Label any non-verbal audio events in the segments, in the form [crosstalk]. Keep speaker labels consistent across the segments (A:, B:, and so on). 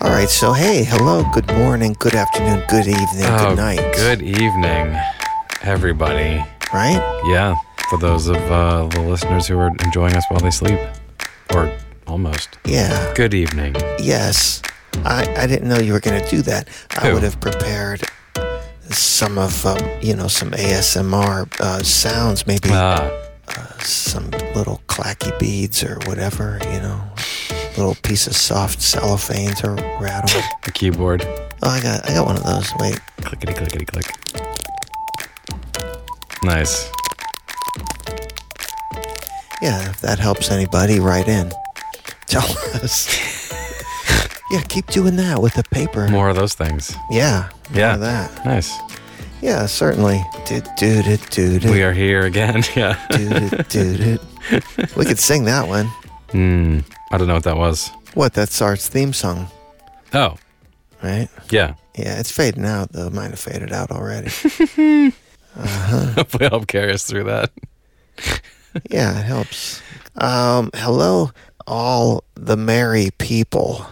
A: right. So, hey, hello, good morning, good afternoon, good evening,
B: Oh,
A: good night.
B: Good evening, everybody.
A: Right?
B: Yeah, for those of uh, the listeners who are enjoying us while they sleep, or almost.
A: Yeah.
B: Good [laughs] evening.
A: Yes. I, I didn't know you were going to do that. I
B: Who?
A: would have prepared some of, um, you know, some ASMR uh, sounds, maybe
B: Ah,
A: some little clacky beads or whatever, you know, little piece of soft cellophane to
B: [laughs]
A: rattle.
B: the keyboard.
A: oh, I got, I got one of those. Wait.
B: Clickety clickety click. Nice.
A: Yeah, if that helps anybody, write in. Tell us.
B: [laughs]
A: yeah, keep doing that with the paper.
B: More of those things.
A: Yeah. more
B: Yeah.
A: of That.
B: Nice.
A: Yeah, certainly. Do do do do do.
B: We are here again. [laughs] Yeah.
A: do do do do. We could sing that one.
B: Hmm. I don't know what that was.
A: What? That's our theme song,
B: Oh,
A: right?
B: yeah. [laughs]
A: Yeah, it's fading out though. Mine have faded out already.
B: Hopefully, help carry us through that.
A: yeah, it helps. Um, hello, all the merry
B: [laughs]
A: people.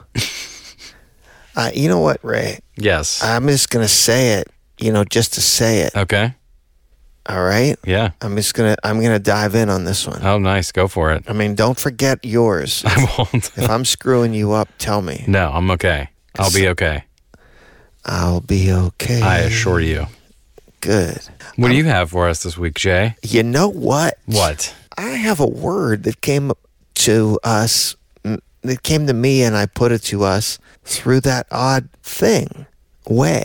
A: Uh, you know what, Ray?
B: Yes.
A: I'm just gonna say it. You know, just to say it.
B: Okay.
A: All right.
B: Yeah.
A: I'm just gonna I'm gonna dive in on this one.
B: Oh, nice. Go for it. [laughs]
A: I mean, don't forget yours.
B: I won't.
A: if I'm screwing you up, tell me.
B: No, I'm okay. I'll be okay.
A: I'll be okay.
B: I assure you.
A: Good.
B: What do you have for us this week, Jay?
A: You know what?
B: What?
A: I have a word that came to us m- that came to me and I put it to us through that odd thing way.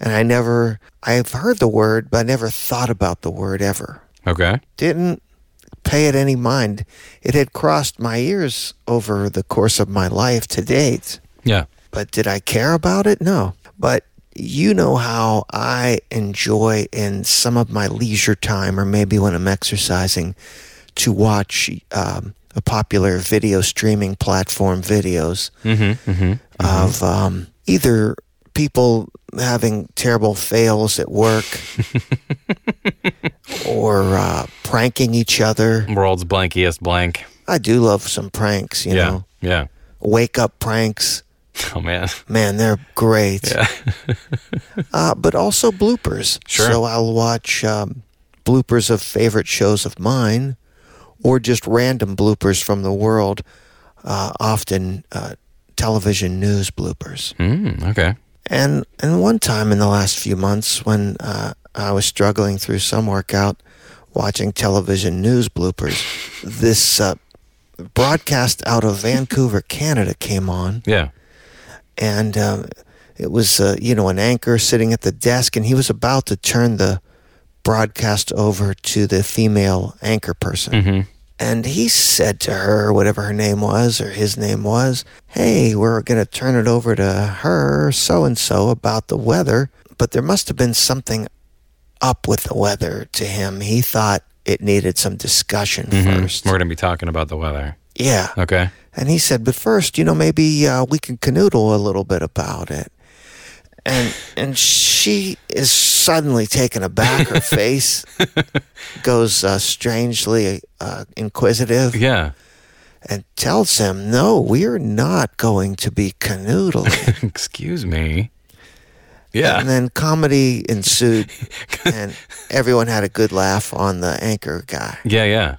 A: And I never I've heard the word, but I never thought about the word ever.
B: Okay.
A: didn't pay it any mind. It had crossed my ears over the course of my life to date,
B: Yeah.
A: but did I care about it? No. But you know how I enjoy in some of my leisure time, or maybe when I'm exercising, to watch um, a popular video streaming platform videos of um, either people having terrible fails at work or uh, pranking each other.
B: World's blankiest blank.
A: I do love some pranks, you
B: Yeah.
A: know,
B: Yeah.
A: wake up pranks.
B: Oh man.
A: Man, they're great. [laughs] uh, but also bloopers.
B: Sure.
A: So I'll watch um, bloopers of favorite shows of mine or just random bloopers from the world, uh, often uh, television news bloopers.
B: Mm, okay.
A: And and one time in the last few months, when uh, I was struggling through some workout, watching television news bloopers, this uh, broadcast out of Vancouver, Canada, came on,
B: Yeah.
A: and um, it was uh, you know an anchor sitting at the desk, and he was about to turn the broadcast over to the female anchor person. And he said to her, whatever her name was or his name was, hey, we're going to turn it over to her, so and so, about the weather. But there must have been something up with the weather to him. He thought it needed some discussion first.
B: We're gonna be talking about the weather.
A: Yeah.
B: Okay.
A: And he said, but first, you know, maybe uh, we can canoodle a little bit about it. And and she is suddenly taken aback.
B: [laughs]
A: Her face goes uh, strangely uh, inquisitive
B: Yeah. [laughs]
A: and tells him, no, we're not going to be canoodling.
B: Excuse me. [laughs] Yeah.
A: And then comedy
B: [laughs]
A: ensued, and everyone had a good laugh on the anchor guy.
B: Yeah. Yeah.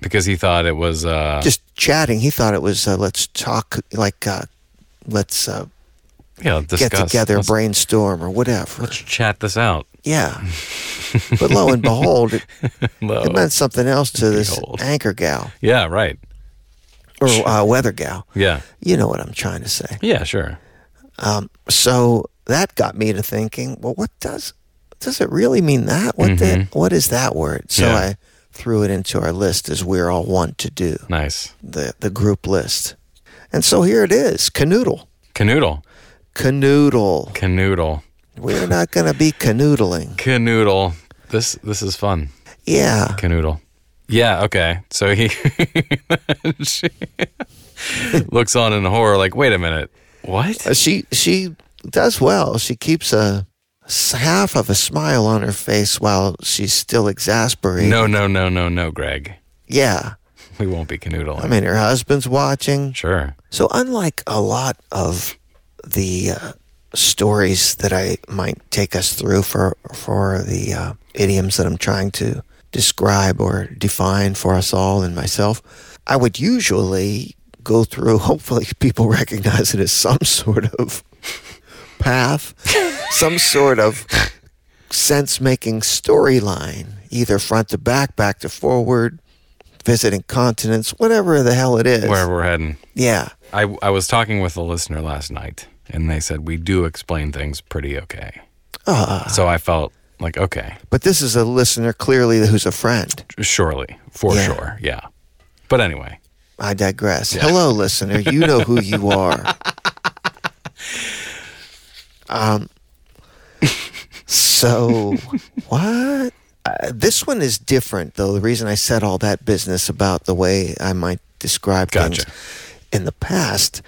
B: Because he thought it was. uh
A: Just chatting, he thought it was uh, let's talk, like uh, let's uh,
B: Yeah. Discuss.
A: get together,
B: Let's,
A: brainstorm, or whatever.
B: let's chat this [laughs] out.
A: Yeah. but lo and behold, it,
B: Lo-
A: it meant something else to this
B: Behold.
A: anchor gal
B: Yeah. Right.
A: or uh, weather gal.
B: Yeah.
A: You know what I'm trying to say.
B: Yeah. Sure.
A: so that got me to thinking well what does does it really mean that what the, what is that word so
B: Mm-hmm. Yeah.
A: i threw it into our list as we're all want to do
B: Nice.
A: the the group list and so here it is canoodle
B: Canoodle.
A: canoodle
B: Canoodle.
A: we're not going to be canoodling
B: Canoodle. This. This is fun.
A: yeah
B: Canoodle. Yeah, okay. So he [laughs] she looks on in horror, like, wait a minute. What?
A: Uh, she she does well she keeps a s- half of a smile on her face while she's still exasperated
B: No, no, no, no, no, Greg.
A: yeah
B: We won't be canoodling.
A: i mean her husband's watching
B: sure.
A: So, unlike a lot of the uh, stories that I might take us through for for the uh, idioms that I'm trying to describe or define for us all and myself, I would usually go through. [laughs] Hopefully, people recognize it as some sort of path, some sort of sense-making storyline, either front to back, back to forward, visiting continents, whatever the hell it is.
B: wherever we're heading.
A: Yeah.
B: I, I was talking with a listener last night, and they said we do explain things pretty okay.
A: Uh,
B: So I felt like, okay,
A: but this is a listener clearly who's a friend.
B: surely, for
A: Yeah.
B: sure, yeah. But anyway,
A: I digress. Hello, listener. You know who you are. Um, so, what? Uh, this one is different, though. The reason I said all that business about the way I might describe
B: Gotcha.
A: things in the past,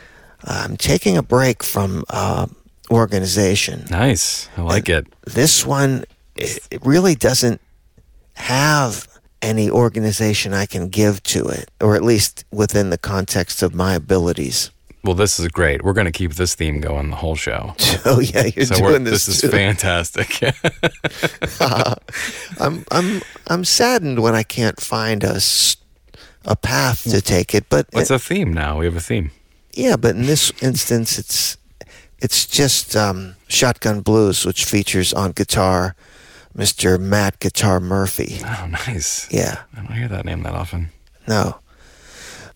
A: I'm taking a break from uh, organization.
B: nice. I like it.
A: this one it, it really doesn't have any organization I can give to it, or at least within the context of my abilities. [laughs]
B: Well, this is great. We're going to keep this theme going the
A: [laughs]
B: whole show.
A: Oh yeah, you're
B: So we're,
A: doing
B: this,
A: this.
B: is
A: too.
B: fantastic. [laughs]
A: I'm I'm I'm saddened when I can't find a s- a path to take it, but
B: What's a theme now? We have a theme.
A: yeah, but in this instance, it's it's just um, Shotgun Blues, which features on guitar, Mr. Matt Guitar Murphy.
B: Oh, nice.
A: Yeah.
B: I don't hear that name that often.
A: No.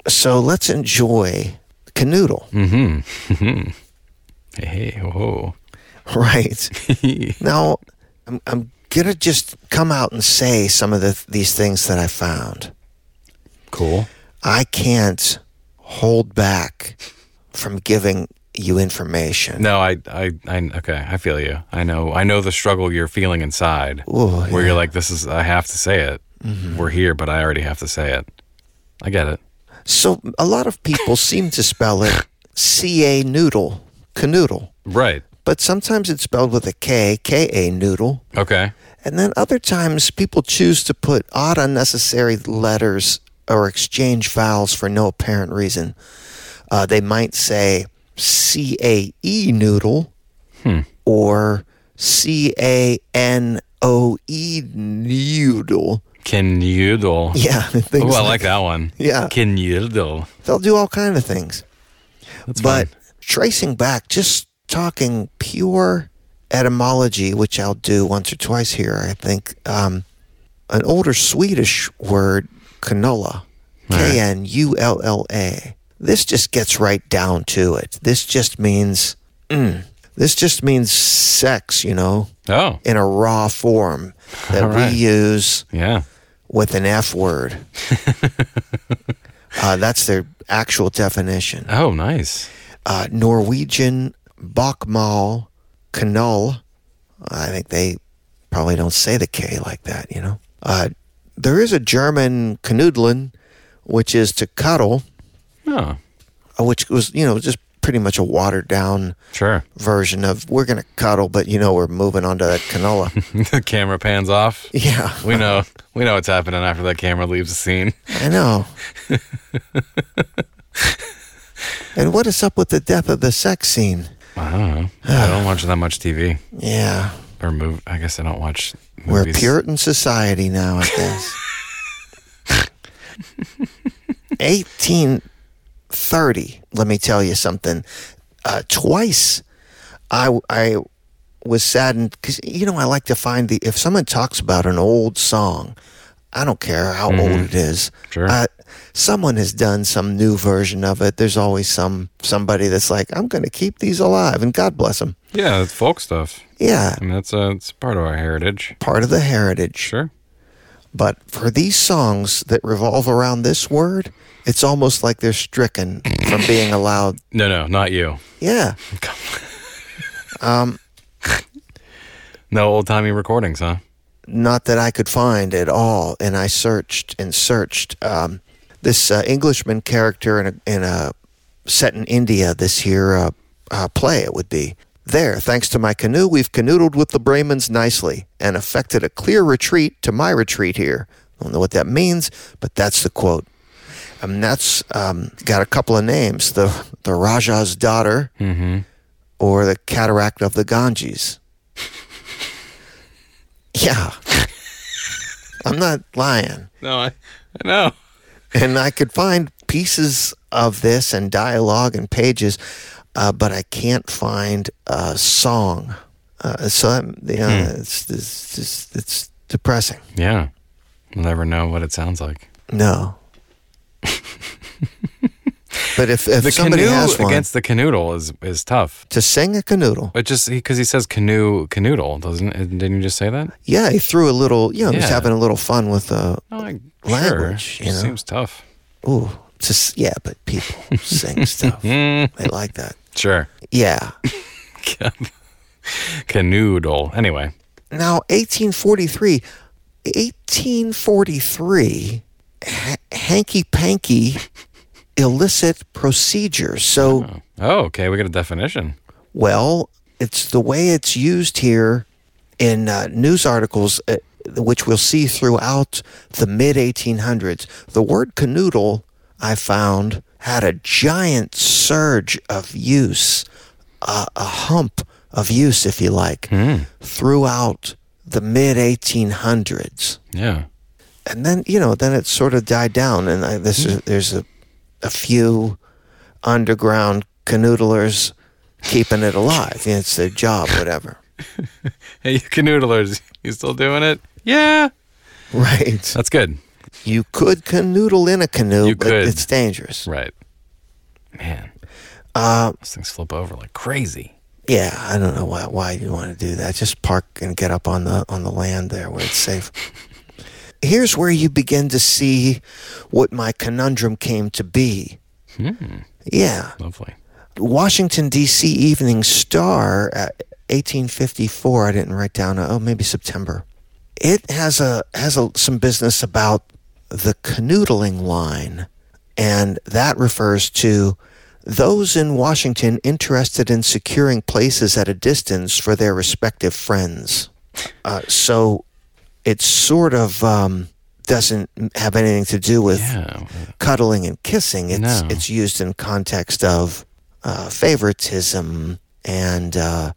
A: So let's enjoy Canoodle,
B: Hey, hey, ho,
A: [laughs] right?
B: ho.
A: now, I'm, I'm going to just come out and say some of the, these things that I found.
B: cool.
A: I can't hold back from giving you information.
B: No, I, I, I, okay, I feel you. I know, I know the struggle you're feeling inside,
A: Ooh,
B: where you're like, this is, I have to say it.
A: Mm-hmm.
B: We're here, but I already have to say it. I get it.
A: So a lot of people seem to spell it C-A noodle, canoodle.
B: Right.
A: But sometimes it's spelled with a K, K-A noodle.
B: Okay.
A: And then other times people choose to put odd unnecessary letters or exchange vowels for no apparent reason. Uh, they might say C A E noodle or C A N O E noodle. [laughs]
B: Can noodle.
A: Yeah, things
B: Oh, I
A: like-
B: like that one.
A: Yeah.
B: Can noodle.
A: they'll do all kind of things.
B: That's
A: but
B: fun.
A: tracing back, just talking pure etymology, which I'll do once or twice here, I think, um, an older Swedish word, canola, K N U L L A. This just gets right down to it. This just means, mm, this just means sex, you know,
B: Oh,
A: in a raw form that
B: All right.
A: we use
B: yeah.
A: with an F word. uh, that's their actual definition
B: Oh, nice.
A: uh, Norwegian Bokmal Knoll. I think they probably don't say the K like that, you know. Uh, there is a German Knuddeln, which is to cuddle,
B: Oh,
A: uh, which was, you know, just pretty much a watered down
B: sure. [laughs]
A: version of we're going to cuddle, but, you know, we're moving on to that canola. [laughs]
B: the camera pans off.
A: yeah,
B: We know, we know what's happening after that camera leaves the scene.
A: I know. and what is up with the death of the sex scene?
B: I don't know. I don't watch that much TV
A: Yeah.
B: or move. I guess I don't watch.
A: We're a
B: movies.
A: Puritan society now, I guess.
B: [laughs]
A: 1830, let me tell you something. Uh, twice I, I was saddened because, you know, I like to find the, if someone talks about an old song, I don't care how old it is.
B: Mm-hmm. Sure.
A: Uh, someone has done some new version of it. There's always some somebody that's like, I'm going to keep these alive, and God bless them.
B: Yeah, it's folk stuff.
A: Yeah,
B: I mean, that's uh, it's part of our heritage.
A: part of the heritage.
B: Sure.
A: But for these songs that revolve around this word, it's almost like they're stricken from being allowed.
B: No, no, not you.
A: Yeah.
B: No old timey recordings, huh?
A: not that I could find at all. And I searched and searched. Um, this uh, Englishman character in a, in a set in India this year uh, uh, play it would be there. Thanks to my canoe, we've canoodled with the Brahmins nicely and effected a clear retreat to my retreat here. Don't know what that means, but that's the quote. Um, that's um, got a couple of names. The the Raja's daughter, or the cataract of the Ganges. yeah. I'm not lying.
B: No, I, I know.
A: And I could find pieces of this and dialogue and pages, uh, but I can't find a song. Uh, so I'm, you know,
B: Hmm.
A: it's, it's, it's, it's depressing.
B: Yeah. You'll never know what it sounds like. [laughs]
A: No. but if, if
B: The
A: somebody
B: canoe
A: has one,
B: against the canoodle is, is tough.
A: to sing a canoodle,
B: But just because he, says canoe canoodle, doesn't didn't you just say that?
A: yeah, he threw a little, you know, he's
B: Yeah. Oh.
A: having a little fun with, uh,
B: No, I,
A: Language,
B: sure.
A: you
B: It
A: know.
B: Seems tough.
A: ooh, just, yeah, but
B: [laughs]
A: people sing stuff. They like that.
B: Mm, Sure.
A: Yeah.
B: Canoodle. Anyway.
A: Now, 1843, 1843, ha- hanky panky illicit procedures. So,
B: Oh, okay. We got a definition.
A: well, it's the way it's used here in uh, news articles, uh, which we'll see throughout the mid 1800s. The word canoodle, I found, had a giant surge of use, uh, a hump of use, if you like, throughout the mid 1800s
B: Yeah.
A: and then you know then it sort of died down and I, this
B: Hmm.
A: is, there's a, a few underground canoodlers keeping it alive You know, it's their job
B: [laughs]
A: whatever
B: Hey, [laughs] you canoodlers, you still doing it? Yeah.
A: right
B: That's good.
A: you could canoodle in a canoe
B: You
A: but
B: could.
A: it's dangerous
B: Right. Man.
A: Uh,
B: Those things flip over like crazy.
A: yeah i don't know why why you want to do that just park and get up on the on the land there where it's safe here's where you begin to see what my conundrum came to be
B: Hmm.
A: yeah
B: Lovely.
A: Washington D.C. Evening Star, uh, 1854. I didn't write down. uh, Oh, maybe September. It has a has a, some business about the canoodling line, and that refers to those in Washington interested in securing places at a distance for their respective friends. Uh, so, it sort of um, doesn't have anything to do with
B: Yeah.
A: cuddling and kissing. It's
B: No.
A: it's used in context of uh, favoritism and uh,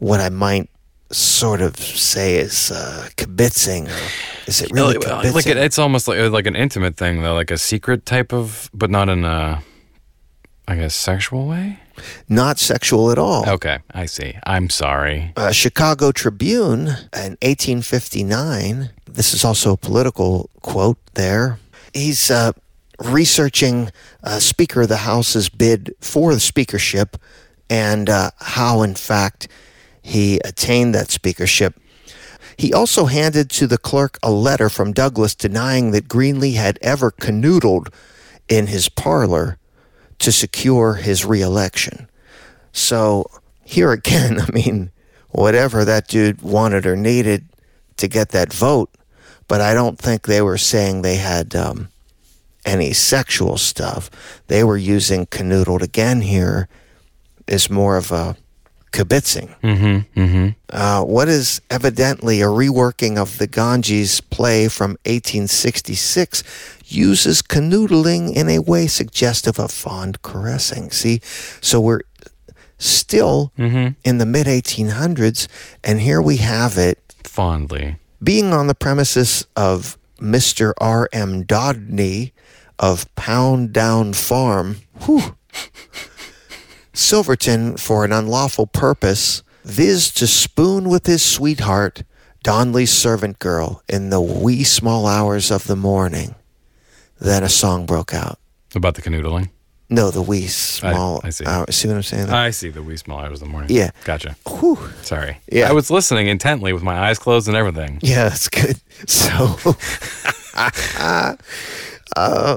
A: what I might sort of say is uh, kibitzing. Or is it really
B: Like,
A: kibitzing?
B: like it, it's almost like uh, like an intimate thing though, like a secret type of, but not in a, I guess, sexual way.
A: Not sexual at all.
B: Okay, I see. I'm sorry.
A: uh, Chicago Tribune in 1859. This is also a political quote there. He's uh, researching uh, Speaker of the House's bid for the speakership and uh, how, in fact, he attained that speakership. He also handed to the clerk a letter from Douglas denying that Greenlee had ever canoodled in his parlor to secure his reelection. So here again, [laughs] I mean, whatever that dude wanted or needed to get that vote, but I don't think they were saying they had um, any sexual stuff. They were using canoodled again here is more of a kibitzing.
B: Mm-hmm. Mm-hmm.
A: Uh, what is evidently a reworking of the Ganges play from 1866 uses canoodling in a way suggestive of fond caressing. See, so we're still
B: Mm-hmm.
A: in the mid 1800s, and here we have it
B: Fondly.
A: being on the premises of Mr. R.M. Dodney of Pound Down Farm, whew, [laughs] Silverton for an unlawful purpose, viz. to spoon with his sweetheart, Donley's servant girl, in the wee small hours of the morning. Then a song broke out.
B: About the canoodling.
A: No, the wee small
B: I see.
A: hours. See what I'm saying?
B: I see the wee small hours of the morning.
A: Yeah.
B: Gotcha.
A: Whew.
B: Sorry.
A: Yeah.
B: I was listening intently with my eyes closed and everything.
A: Yeah, that's good. [laughs] So, uh,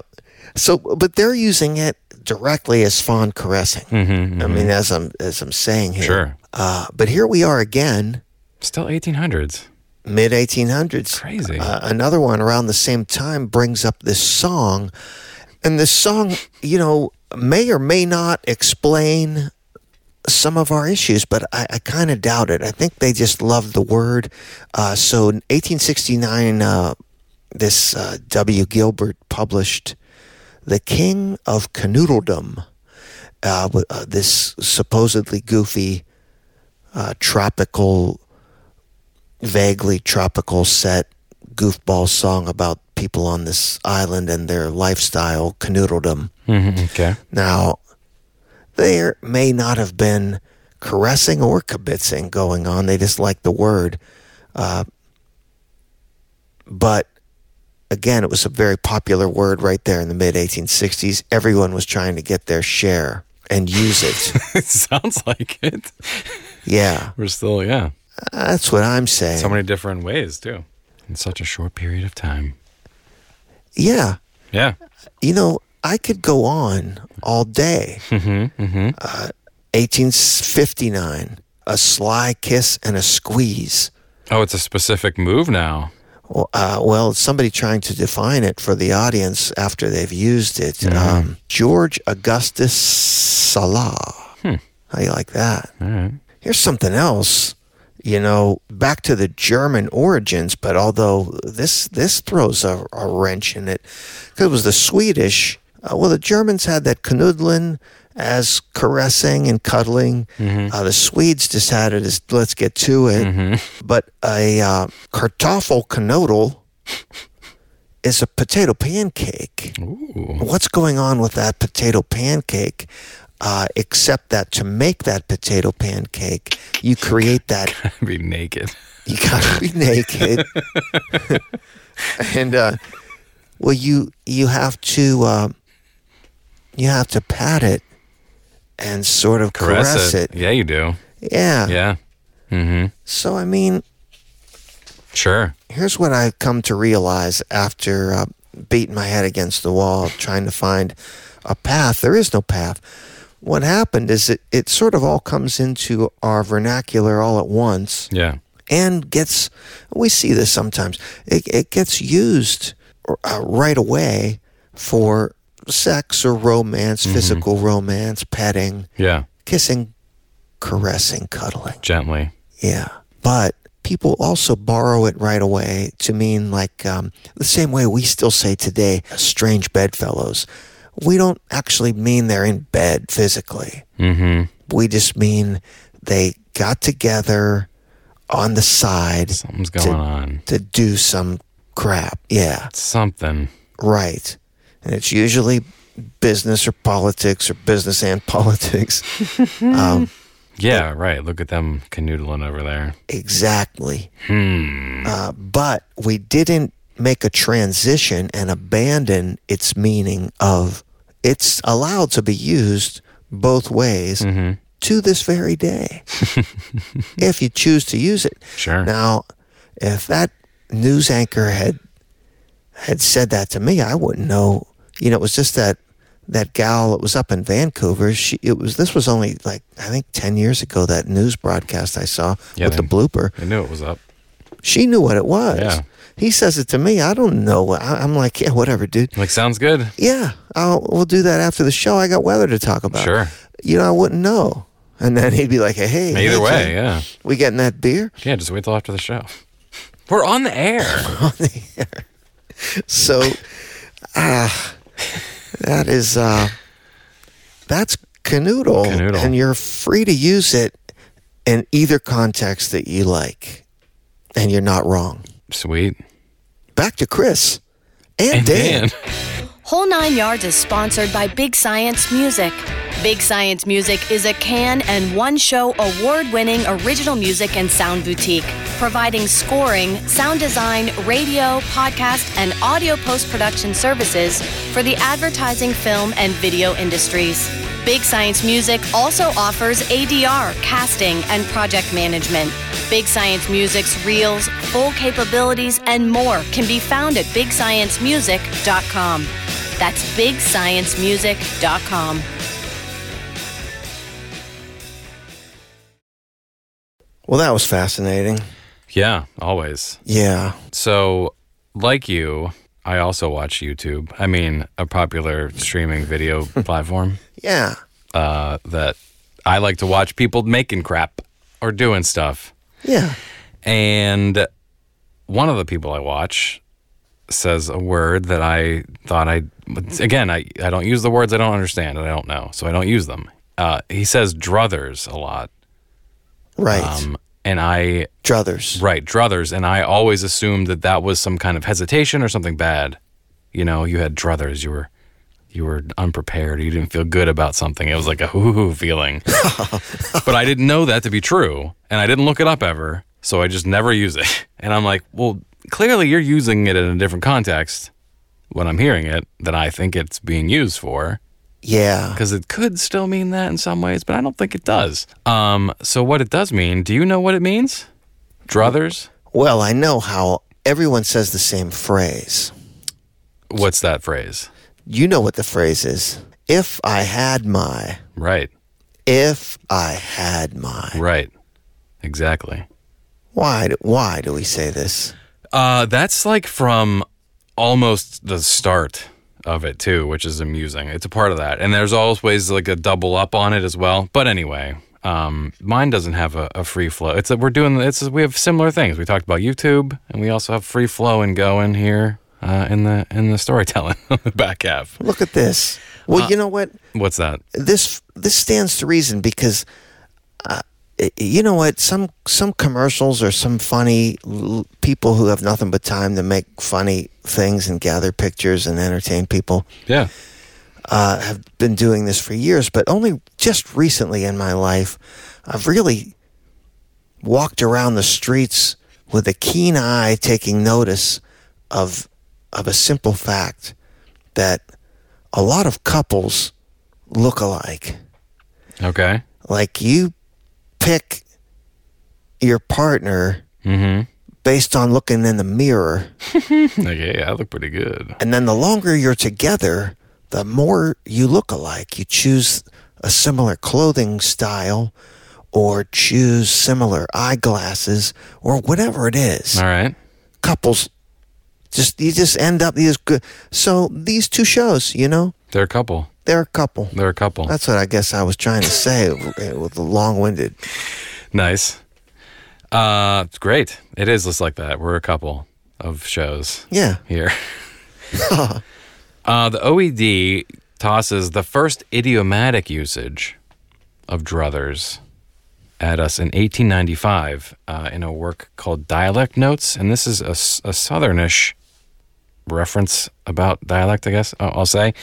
A: so, but they're using it directly as fond caressing. I mean, as I'm as I'm saying here.
B: Sure.
A: Uh, but here we are again,
B: Still 1800s.
A: mid 1800s.
B: Crazy.
A: Uh, another one around the same time brings up this song, and this song, you know, may or may not explain some of our issues, but I, I kind of doubt it. I think they just loved the word. Uh, so in 1869, uh, this uh, W. Gilbert published The King of Canoodledom. uh, with, uh, this supposedly goofy uh, tropical, vaguely tropical set goofball song about people on this island and their lifestyle, canoodledom.
B: Mhm, Okay.
A: Now, there may not have been caressing or kibitzing going on. They just liked the word. Uh, but again, it was a very popular word right there in the mid 1860s. Everyone was trying to get their share and use it.
B: [laughs] it sounds like it.
A: yeah,
B: We're still, yeah.
A: that's what I'm saying.
B: So many different ways, too, in such a short period of time.
A: yeah.
B: Yeah.
A: You know, I could go on all day.
B: Mm-hmm. Mm-hmm.
A: 1859, a sly kiss and a squeeze.
B: Oh, it's a specific move now.
A: Uh, well, it's somebody trying to define it for the audience after they've used it.
B: Mm-hmm.
A: Um, George Augustus Salah. How do you like that?
B: Hmm. All right.
A: Here's something else. You know, back to the German origins, but although this this throws a, a wrench in it, 'cause it was the Swedish. Uh, well, the Germans had that knuddeln as caressing and cuddling.
B: Mm-hmm.
A: Uh, the Swedes just had it as let's get to it. But a uh, kartoffelknödel is a potato pancake.
B: Ooh.
A: What's going on with that potato pancake? Uh, except that to make that potato pancake, [laughs] you create that.
B: [laughs] Be naked.
A: You gotta [laughs] be naked, and uh, well, you you have to uh, you have to pat it and sort of caress, it.
B: Yeah, you do.
A: Yeah.
B: Yeah. Mm-hmm.
A: So I mean,
B: Sure.
A: here's what I come to realize after uh, beating my head against the wall trying to find a path. There is no path. What happened is it, it sort of all comes into our vernacular all at once
B: Yeah.
A: and gets, we see this sometimes, it, it gets used uh, right away for sex or romance, physical romance, petting,
B: Yeah.
A: kissing, caressing, cuddling.
B: Gently.
A: Yeah. But people also borrow it right away to mean like um, the same way we still say today, strange bedfellows. We don't actually mean they're in bed physically.
B: Mm-hmm.
A: We just mean they got together on the side
B: Something's going on.
A: to do some crap. Yeah.
B: Something.
A: Right. And it's usually business or politics or business and [laughs] politics. um,
B: Yeah, right. Look at them canoodling over there.
A: exactly.
B: Hmm.
A: Uh, but we didn't make a transition and abandon its meaning of it's allowed to be used both ways to this very day if you choose to use it
B: Sure.
A: now if that news anchor had had said that to me i wouldn't know you know it was just that that gal that was up in vancouver she it was this was only like i think 10 years ago that news broadcast i saw
B: Yeah,
A: with the
B: they-
A: blooper
B: I knew it was up.
A: she knew what it was.
B: Yeah.
A: He says it to me. I don't know. I, I'm like, yeah, whatever, dude.
B: Like, sounds good.
A: Yeah, I'll, we'll do that after the show. I got weather to talk about.
B: Sure.
A: You know, I wouldn't know. And then he'd be like, hey, hey.
B: Either
A: hey,
B: way,
A: Jim,
B: yeah.
A: We getting that beer?
B: Yeah, just wait till after the show. We're on
A: [laughs]
B: the air.
A: So, ah, that is, uh, that's canoodle,
B: Canoodle.
A: And you're free to use it in either context that you like. And you're not wrong.
B: Sweet.
A: Back to Chris and, Dan.
B: Dan.
C: Whole Nine Yards is sponsored by Big Science Music. Big Science Music is a can and one show award winning original music and sound boutique, providing scoring, sound design, radio, podcast, and audio post production services for the advertising, film, and video industries. Big Science Music also offers ADR, casting, and project management. Big Science Music's reels, full capabilities, and more can be found at bigsciencemusic.com. That's bigsciencemusic.com.
A: Well, that was fascinating.
B: Yeah, always.
A: Yeah.
B: So, like you, I also watch YouTube. I mean, a popular streaming video platform
A: Yeah.
B: uh, that I like to watch people making crap or doing stuff.
A: Yeah.
B: And one of the people I watch says a word that I thought I again I, I don't use the words I don't understand and I don't know, so I don't use them. Uh, he says druthers a lot,
A: Right.
B: um, and I
A: Druthers.
B: right druthers, and I always assumed that that was some kind of hesitation or something bad. You know, you had druthers, you were you were unprepared, you didn't feel good about something. It was like a [laughs] hoo hoo feeling, but I didn't know that to be true, and I didn't look it up ever, so I just never use it. [laughs] And I'm like, well, clearly you're using it in a different context when I'm hearing it than I think it's being used for
A: Yeah.
B: because it could still mean that in some ways, but I don't think it does. Um, so what it does mean? Do you know what it means? Druthers?
A: Well, I know how everyone says the same phrase.
B: What's that phrase?
A: You know what the phrase is. If I had my.
B: Right,
A: If I had my.
B: right, exactly.
A: Why? do- Why do we say this?
B: Uh, that's like from almost the start of it too, which is amusing. It's a part of that, and there's always like a double up on it as well. But anyway, um, mine doesn't have a, a free flow. It's that we're doing. It's we have similar things. We talked about YouTube, and we also have free flow and going here uh, in the in the storytelling [laughs] on the back half.
A: Look at this. Well, you know what?
B: What's that?
A: This this stands to reason because, uh, you know what? Some some commercials or some funny l- people who have nothing but time to make funny things and gather pictures and entertain people
B: Yeah.
A: uh, have been doing this for years. But only just recently in my life, I've really walked around the streets with a keen eye, taking notice of of a simple fact that a lot of couples look alike.
B: Okay. [laughs]
A: Like you pick your partner based on looking in the mirror,
B: Like, hey, I look pretty good.
A: and then the longer you're together, the more you look alike. You choose a similar clothing style, or choose similar eyeglasses, or whatever it is.
B: All right.
A: couples just you just end up these good so these two shows you know
B: They're a couple.
A: they're a couple
B: They're a couple.
A: that's what i guess i was trying to say [laughs] with the long-winded
B: Nice. Uh, it's great. It is just like that. We're a couple of shows
A: yeah
B: here. [laughs] uh, the OED tosses the first idiomatic usage of druthers at us in 1895 uh, in a work called Dialect Notes, and this is a, s- a southernish reference about dialect, I guess I'll I'll say.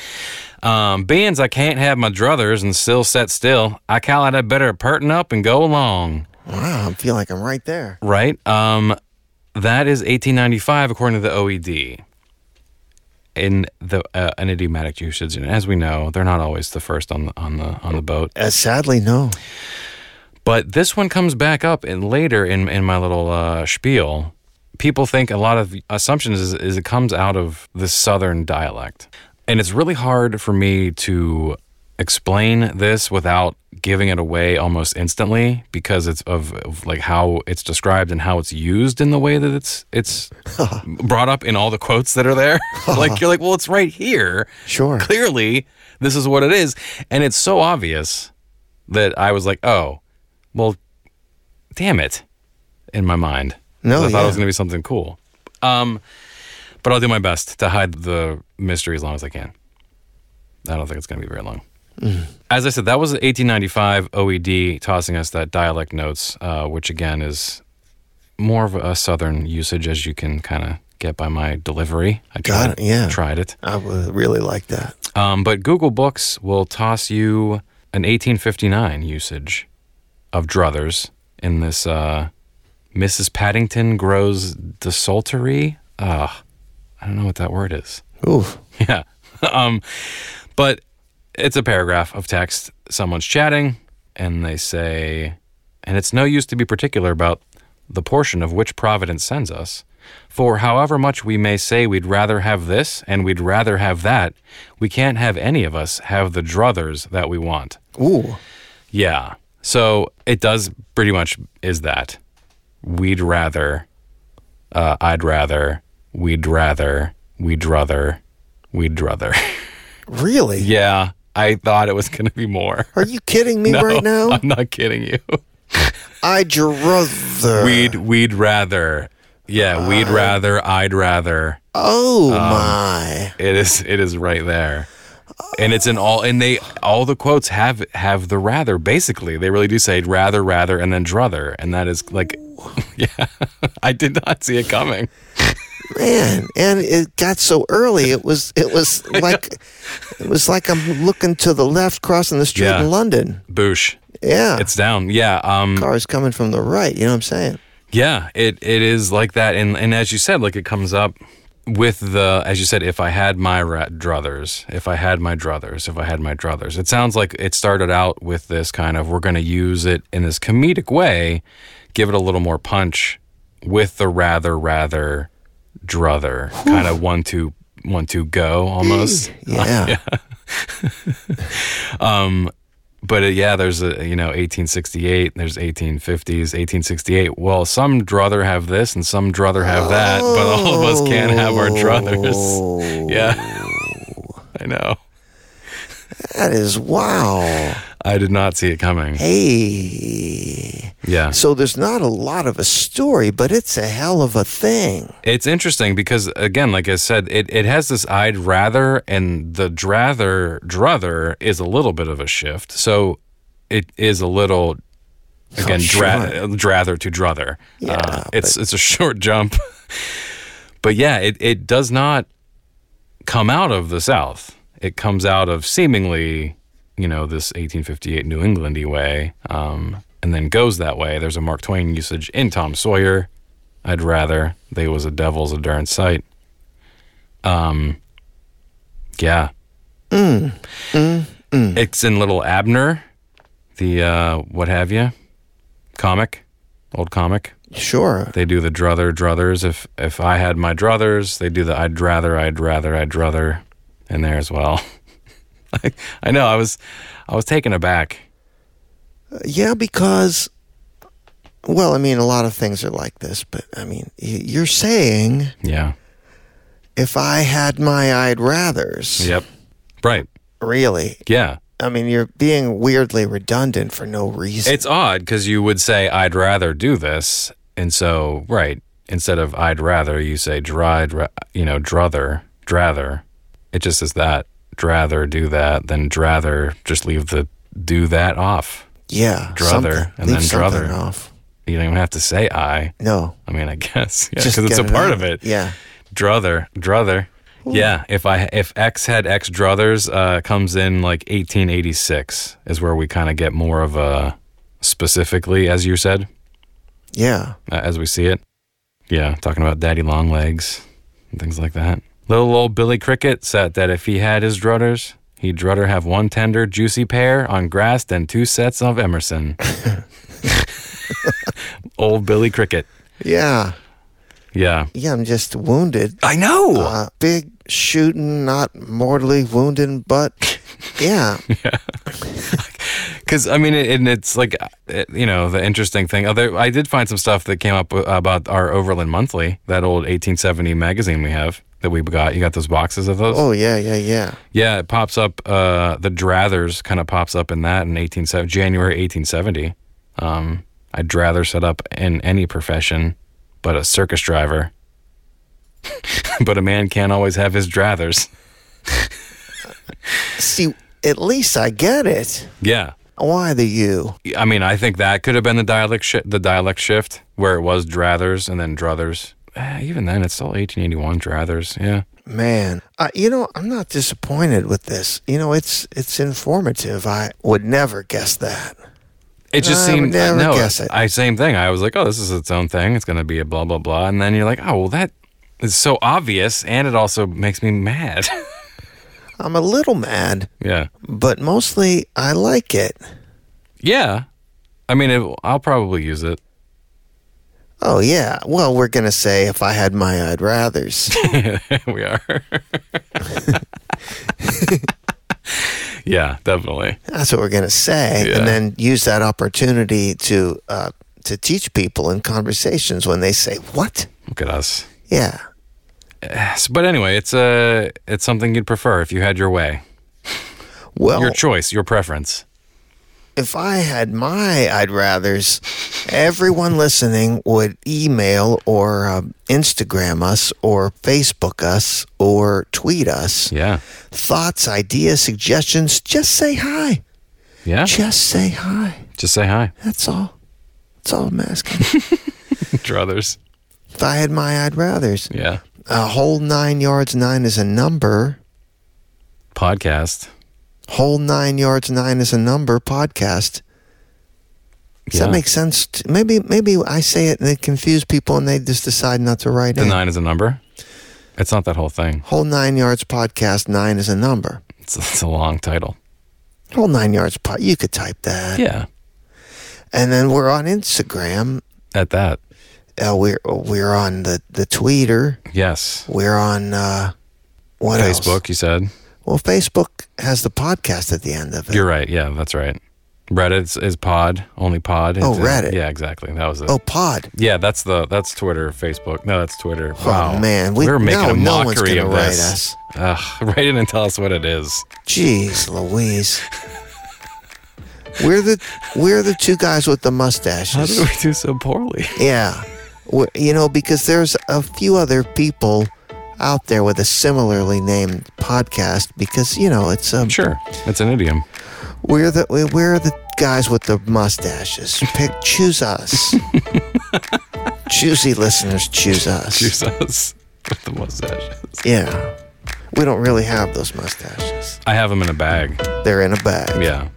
B: Um, beans, I can't have my druthers and still set still. I call it I better pertin up and go along
A: wow i feel like i'm right there
B: right? Um, that is 1895 according to the OED. In the uh, an idiomatic usage, and as we know, they're not always the first on the on the on the boat.
A: uh, sadly no
B: But this one comes back up in later in in my little uh, spiel. People think a lot of assumptions is, is it comes out of the southern dialect, and it's really hard for me to explain this without giving it away almost instantly because it's of, of like how it's described and how it's used in the way that it's it's brought up in all the quotes that are there. [laughs] like you're like, well, it's right here.
A: Sure.
B: [laughs] Clearly, this is what it is, and it's so obvious that I was like, oh, well, damn it, in my mind.
A: No,
B: 'Cause I thought it
A: yeah.
B: was going to be something cool. Um, but I'll do my best to hide the mystery as long as I can. I don't think it's going to be very long.
A: Mm.
B: As I said, that was the 1895 OED E tossing us that dialect notes, uh, which again is more of a southern usage, as you can kind of get by my delivery. I tried
A: Got it, yeah.
B: tried it.
A: i would really like that
B: Um, but Google Books will toss you an 1859 usage of druthers in this uh, Mrs. Paddington grows desultory. Uh, I don't know what that word is.
A: oof
B: [laughs] Yeah. um, but it's a paragraph of text. Someone's chatting, and they say, and it's no use to be particular about the portion of which Providence sends us. For however much we may say we'd rather have this and we'd rather have that, we can't have any of us have the druthers that we want.
A: ooh
B: Yeah. So it does pretty much is that. We'd rather, uh, I'd rather, we'd rather, we'd rather, we'd rather. [laughs]
A: really
B: yeah. I thought it was going to be more. [laughs]
A: are you kidding me right
B: No,
A: now
B: I'm not kidding you.
A: i'd rather
B: [laughs] We'd, we'd rather. Yeah. we'd rather, I'd rather, um,
A: Oh my.
B: It is it is right there. And it's in all and they all the quotes have have the rather basically. They really do say rather rather and then druther and that is like [laughs] yeah. I did not see it coming.
A: Man, and it got so early. It was it
B: [laughs]
A: was like it was like I'm looking to the left crossing the street
B: Yeah.
A: in London.
B: Boosh.
A: Yeah.
B: It's down. Yeah, um
A: cars coming from the right, you know what I'm
B: [laughs]
A: saying?
B: Yeah, it it is like that, and and as you said, like it comes up with the as you said, if I had my ra- druthers, if I had my druthers, if I had my druthers. It sounds like it started out with this kind of we're going to use it in this comedic way, give it a little more punch with the rather rather druther kind of one two one two go almost.
A: Yeah.
B: but uh, yeah, there's a you know 1868, there's 1850s, 1868. Well, some druther have this and some druther have that, but all of us can't have our druthers. [laughs] Yeah, [laughs] I know.
A: That is wow.
B: I did not see it coming.
A: Hey.
B: Yeah,
A: So there's not a lot of a story, but it's a hell of a thing.
B: it's interesting because again, like I said, it, it has this I'd rather, and the drather druther is a little bit of a shift. So it is a little again dra- uh, drather to druther.
A: Yeah,
B: it's it's a short jump. [laughs] but yeah, it, it does not come out of the South. It comes out of seemingly, you know, this 1858 New Englandy way, um, and then goes that way. There's a Mark Twain usage in Tom Sawyer. I'd rather they was a devil's a darn sight. Um, yeah. It's in Little Abner, the uh, what have you, comic, old comic.
A: Sure.
B: They do the druther druthers. If if I had my druthers, they do the I'd rather I'd rather I'd rather in there as well. [laughs] I, I know I was I was taken aback.
A: Yeah, because well, I mean a lot of things are like this, but I mean y- you're saying
B: Yeah.
A: if I had my I'd rathers.
B: Yep. Right.
A: Really.
B: Yeah.
A: I mean you're being weirdly redundant for no reason.
B: It's odd because you would say I'd rather do this, and so right instead of I'd rather you say dried, ra- you know, druther, drather. It just is that drather do that, then drather just leave the do that off.
A: yeah.
B: druther,
A: something.
B: and
A: Leave
B: then
A: something
B: druther.
A: off.
B: You don't even have to say I.
A: No.
B: I mean, I guess [laughs] yeah,
A: Just
B: because it's a
A: get
B: part
A: out.
B: of it.
A: Yeah.
B: Druther, druther. Yeah, if I if X had X druthers uh, comes in like 1886 is where we kind of get more of a specifically, as you said,
A: Yeah.
B: uh, as we see it. Yeah, talking about daddy long legs and things like that. Little old Billy Cricket said that if he had his druthers, he'd drudder have one tender, juicy pear on grass than two sets
A: [laughs]
B: of Emerson. [laughs] old Billy Cricket.
A: Yeah.
B: Yeah.
A: Yeah, I'm just wounded.
B: I know.
A: Uh, big shooting, not mortally wounded,
B: [laughs]
A: but yeah,
B: Because I mean, it, and it's like uh, it, you know the interesting thing. Other, I did find some stuff that came up w- about our Overland Monthly, that old 1870 magazine we have that we got. You got those boxes of those.
A: oh yeah, yeah, yeah.
B: Yeah, it pops up. Uh, the Drathers kind of pops up in that in 1870, January 1870. Um, I'd rather set up in any profession, but a circus driver. [laughs] but a man can't always have his Drathers.
A: See, at least I get it.
B: Yeah.
A: Why the you?
B: I mean, I think that could have been the dialect shi the dialect shift where it was Drathers and then Druthers. Eh, even then, it's still 1881 Drathers. Yeah,
A: Man, uh, you know I'm not disappointed with this. You know it's it's informative. I would never guess that.
B: it just
A: I would
B: seemed
A: never
B: no.
A: guess it.
B: I same thing. I was like, oh, this is its own thing. It's gonna be a blah blah blah. And then you're like, oh, well, that is so obvious, and it also makes me mad. [laughs]
A: I'm a little mad,
B: yeah,
A: but mostly I like it.
B: yeah. I mean, it, I'll probably use it. [laughs]
A: Oh yeah. Well, we're gonna say if I had my I'd rather's. [laughs]
B: we are. [laughs] yeah, definitely.
A: That's what we're gonna say,
B: Yeah.
A: and then use that opportunity to uh, to teach people in conversations when they say what.
B: Look at us.
A: Yeah.
B: Yes, but anyway, it's uh, it's something you'd prefer if you had your way,
A: Well,
B: your choice, your preference.
A: if I had my I'd rather's, everyone listening would email or uh, Instagram us or Facebook us or tweet us.
B: Yeah.
A: Thoughts, ideas, suggestions, just say hi.
B: Yeah.
A: Just say hi.
B: Just
A: [laughs]
B: say hi.
A: That's all. That's all I'm asking.
B: Druthers.
A: if I had my I'd rather's,
B: Yeah.
A: a whole nine yards nine is a number.
B: Podcast.
A: Whole nine yards nine is a number podcast. Does
B: Yeah.
A: that make sense? t- Maybe maybe I say it and it confuse people and they just decide not to write
B: The
A: in.
B: nine is a number. It's not that whole thing.
A: Whole nine yards podcast nine is a number.
B: It's, it's a long title.
A: Whole nine yards pod. You could type that.
B: Yeah.
A: And then we're on Instagram.
B: At that.
A: Uh, we're we're on the the Twitter.
B: Yes.
A: We're on uh, what else?
B: Facebook, you said.
A: Well, Facebook has the podcast at the end of it.
B: You're right. Yeah, that's right. Reddit is pod, only pod.
A: Oh,
B: It's- uh,
A: Reddit.
B: Yeah, exactly. That was it.
A: oh, pod.
B: Yeah, that's the that's Twitter, Facebook. No, that's Twitter. Wow,
A: Oh, man, we-
B: are
A: no,
B: making a
A: no one's
B: mockery
A: gonna
B: of
A: write
B: this. Ugh, [laughs] write in and tell us what it is.
A: Jeez, Louise.
B: [laughs]
A: we're the we're the two guys with the mustaches.
B: How did we do so poorly?
A: Yeah. Wh- You know, because there's a few other people out there with a similarly named podcast because, you know, it's um,
B: Sure, it's an idiom.
A: we're the we- we're the guys with the mustaches. Pick choose
B: [laughs]
A: us. Choosy listeners choose us.
B: Juice us with the mustaches.
A: Yeah. We don't really have those mustaches.
B: I have them in a bag.
A: They're in a bag.
B: Yeah,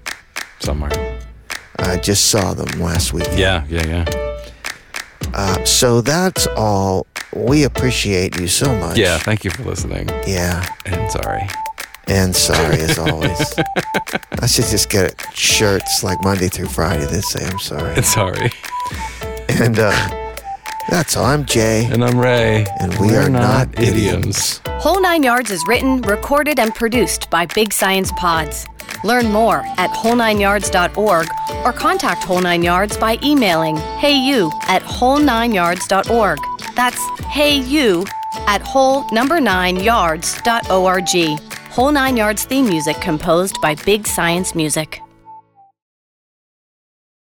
B: somewhere.
A: I just saw them last week.
B: Yeah, yeah, yeah.
A: Uh, so that's all. We appreciate you so much.
B: Yeah. Thank you for listening.
A: Yeah.
B: And sorry.
A: And sorry as always. I should just get shirts like Monday through Friday that say I'm sorry.
B: And sorry.
A: And uh, that's all. I'm Jay,
B: And I'm Ray.
A: and we
B: We're
A: are not,
B: idioms.
C: Whole Nine Yards is written, recorded, and produced by Big Science Pods. Learn more at whole9yards.org or contact Whole Nine Yards by emailing heyu at whole9yards.org. That's heyu at whole number nine yards dot org. Whole Nine Yards theme music composed by Big Science Music.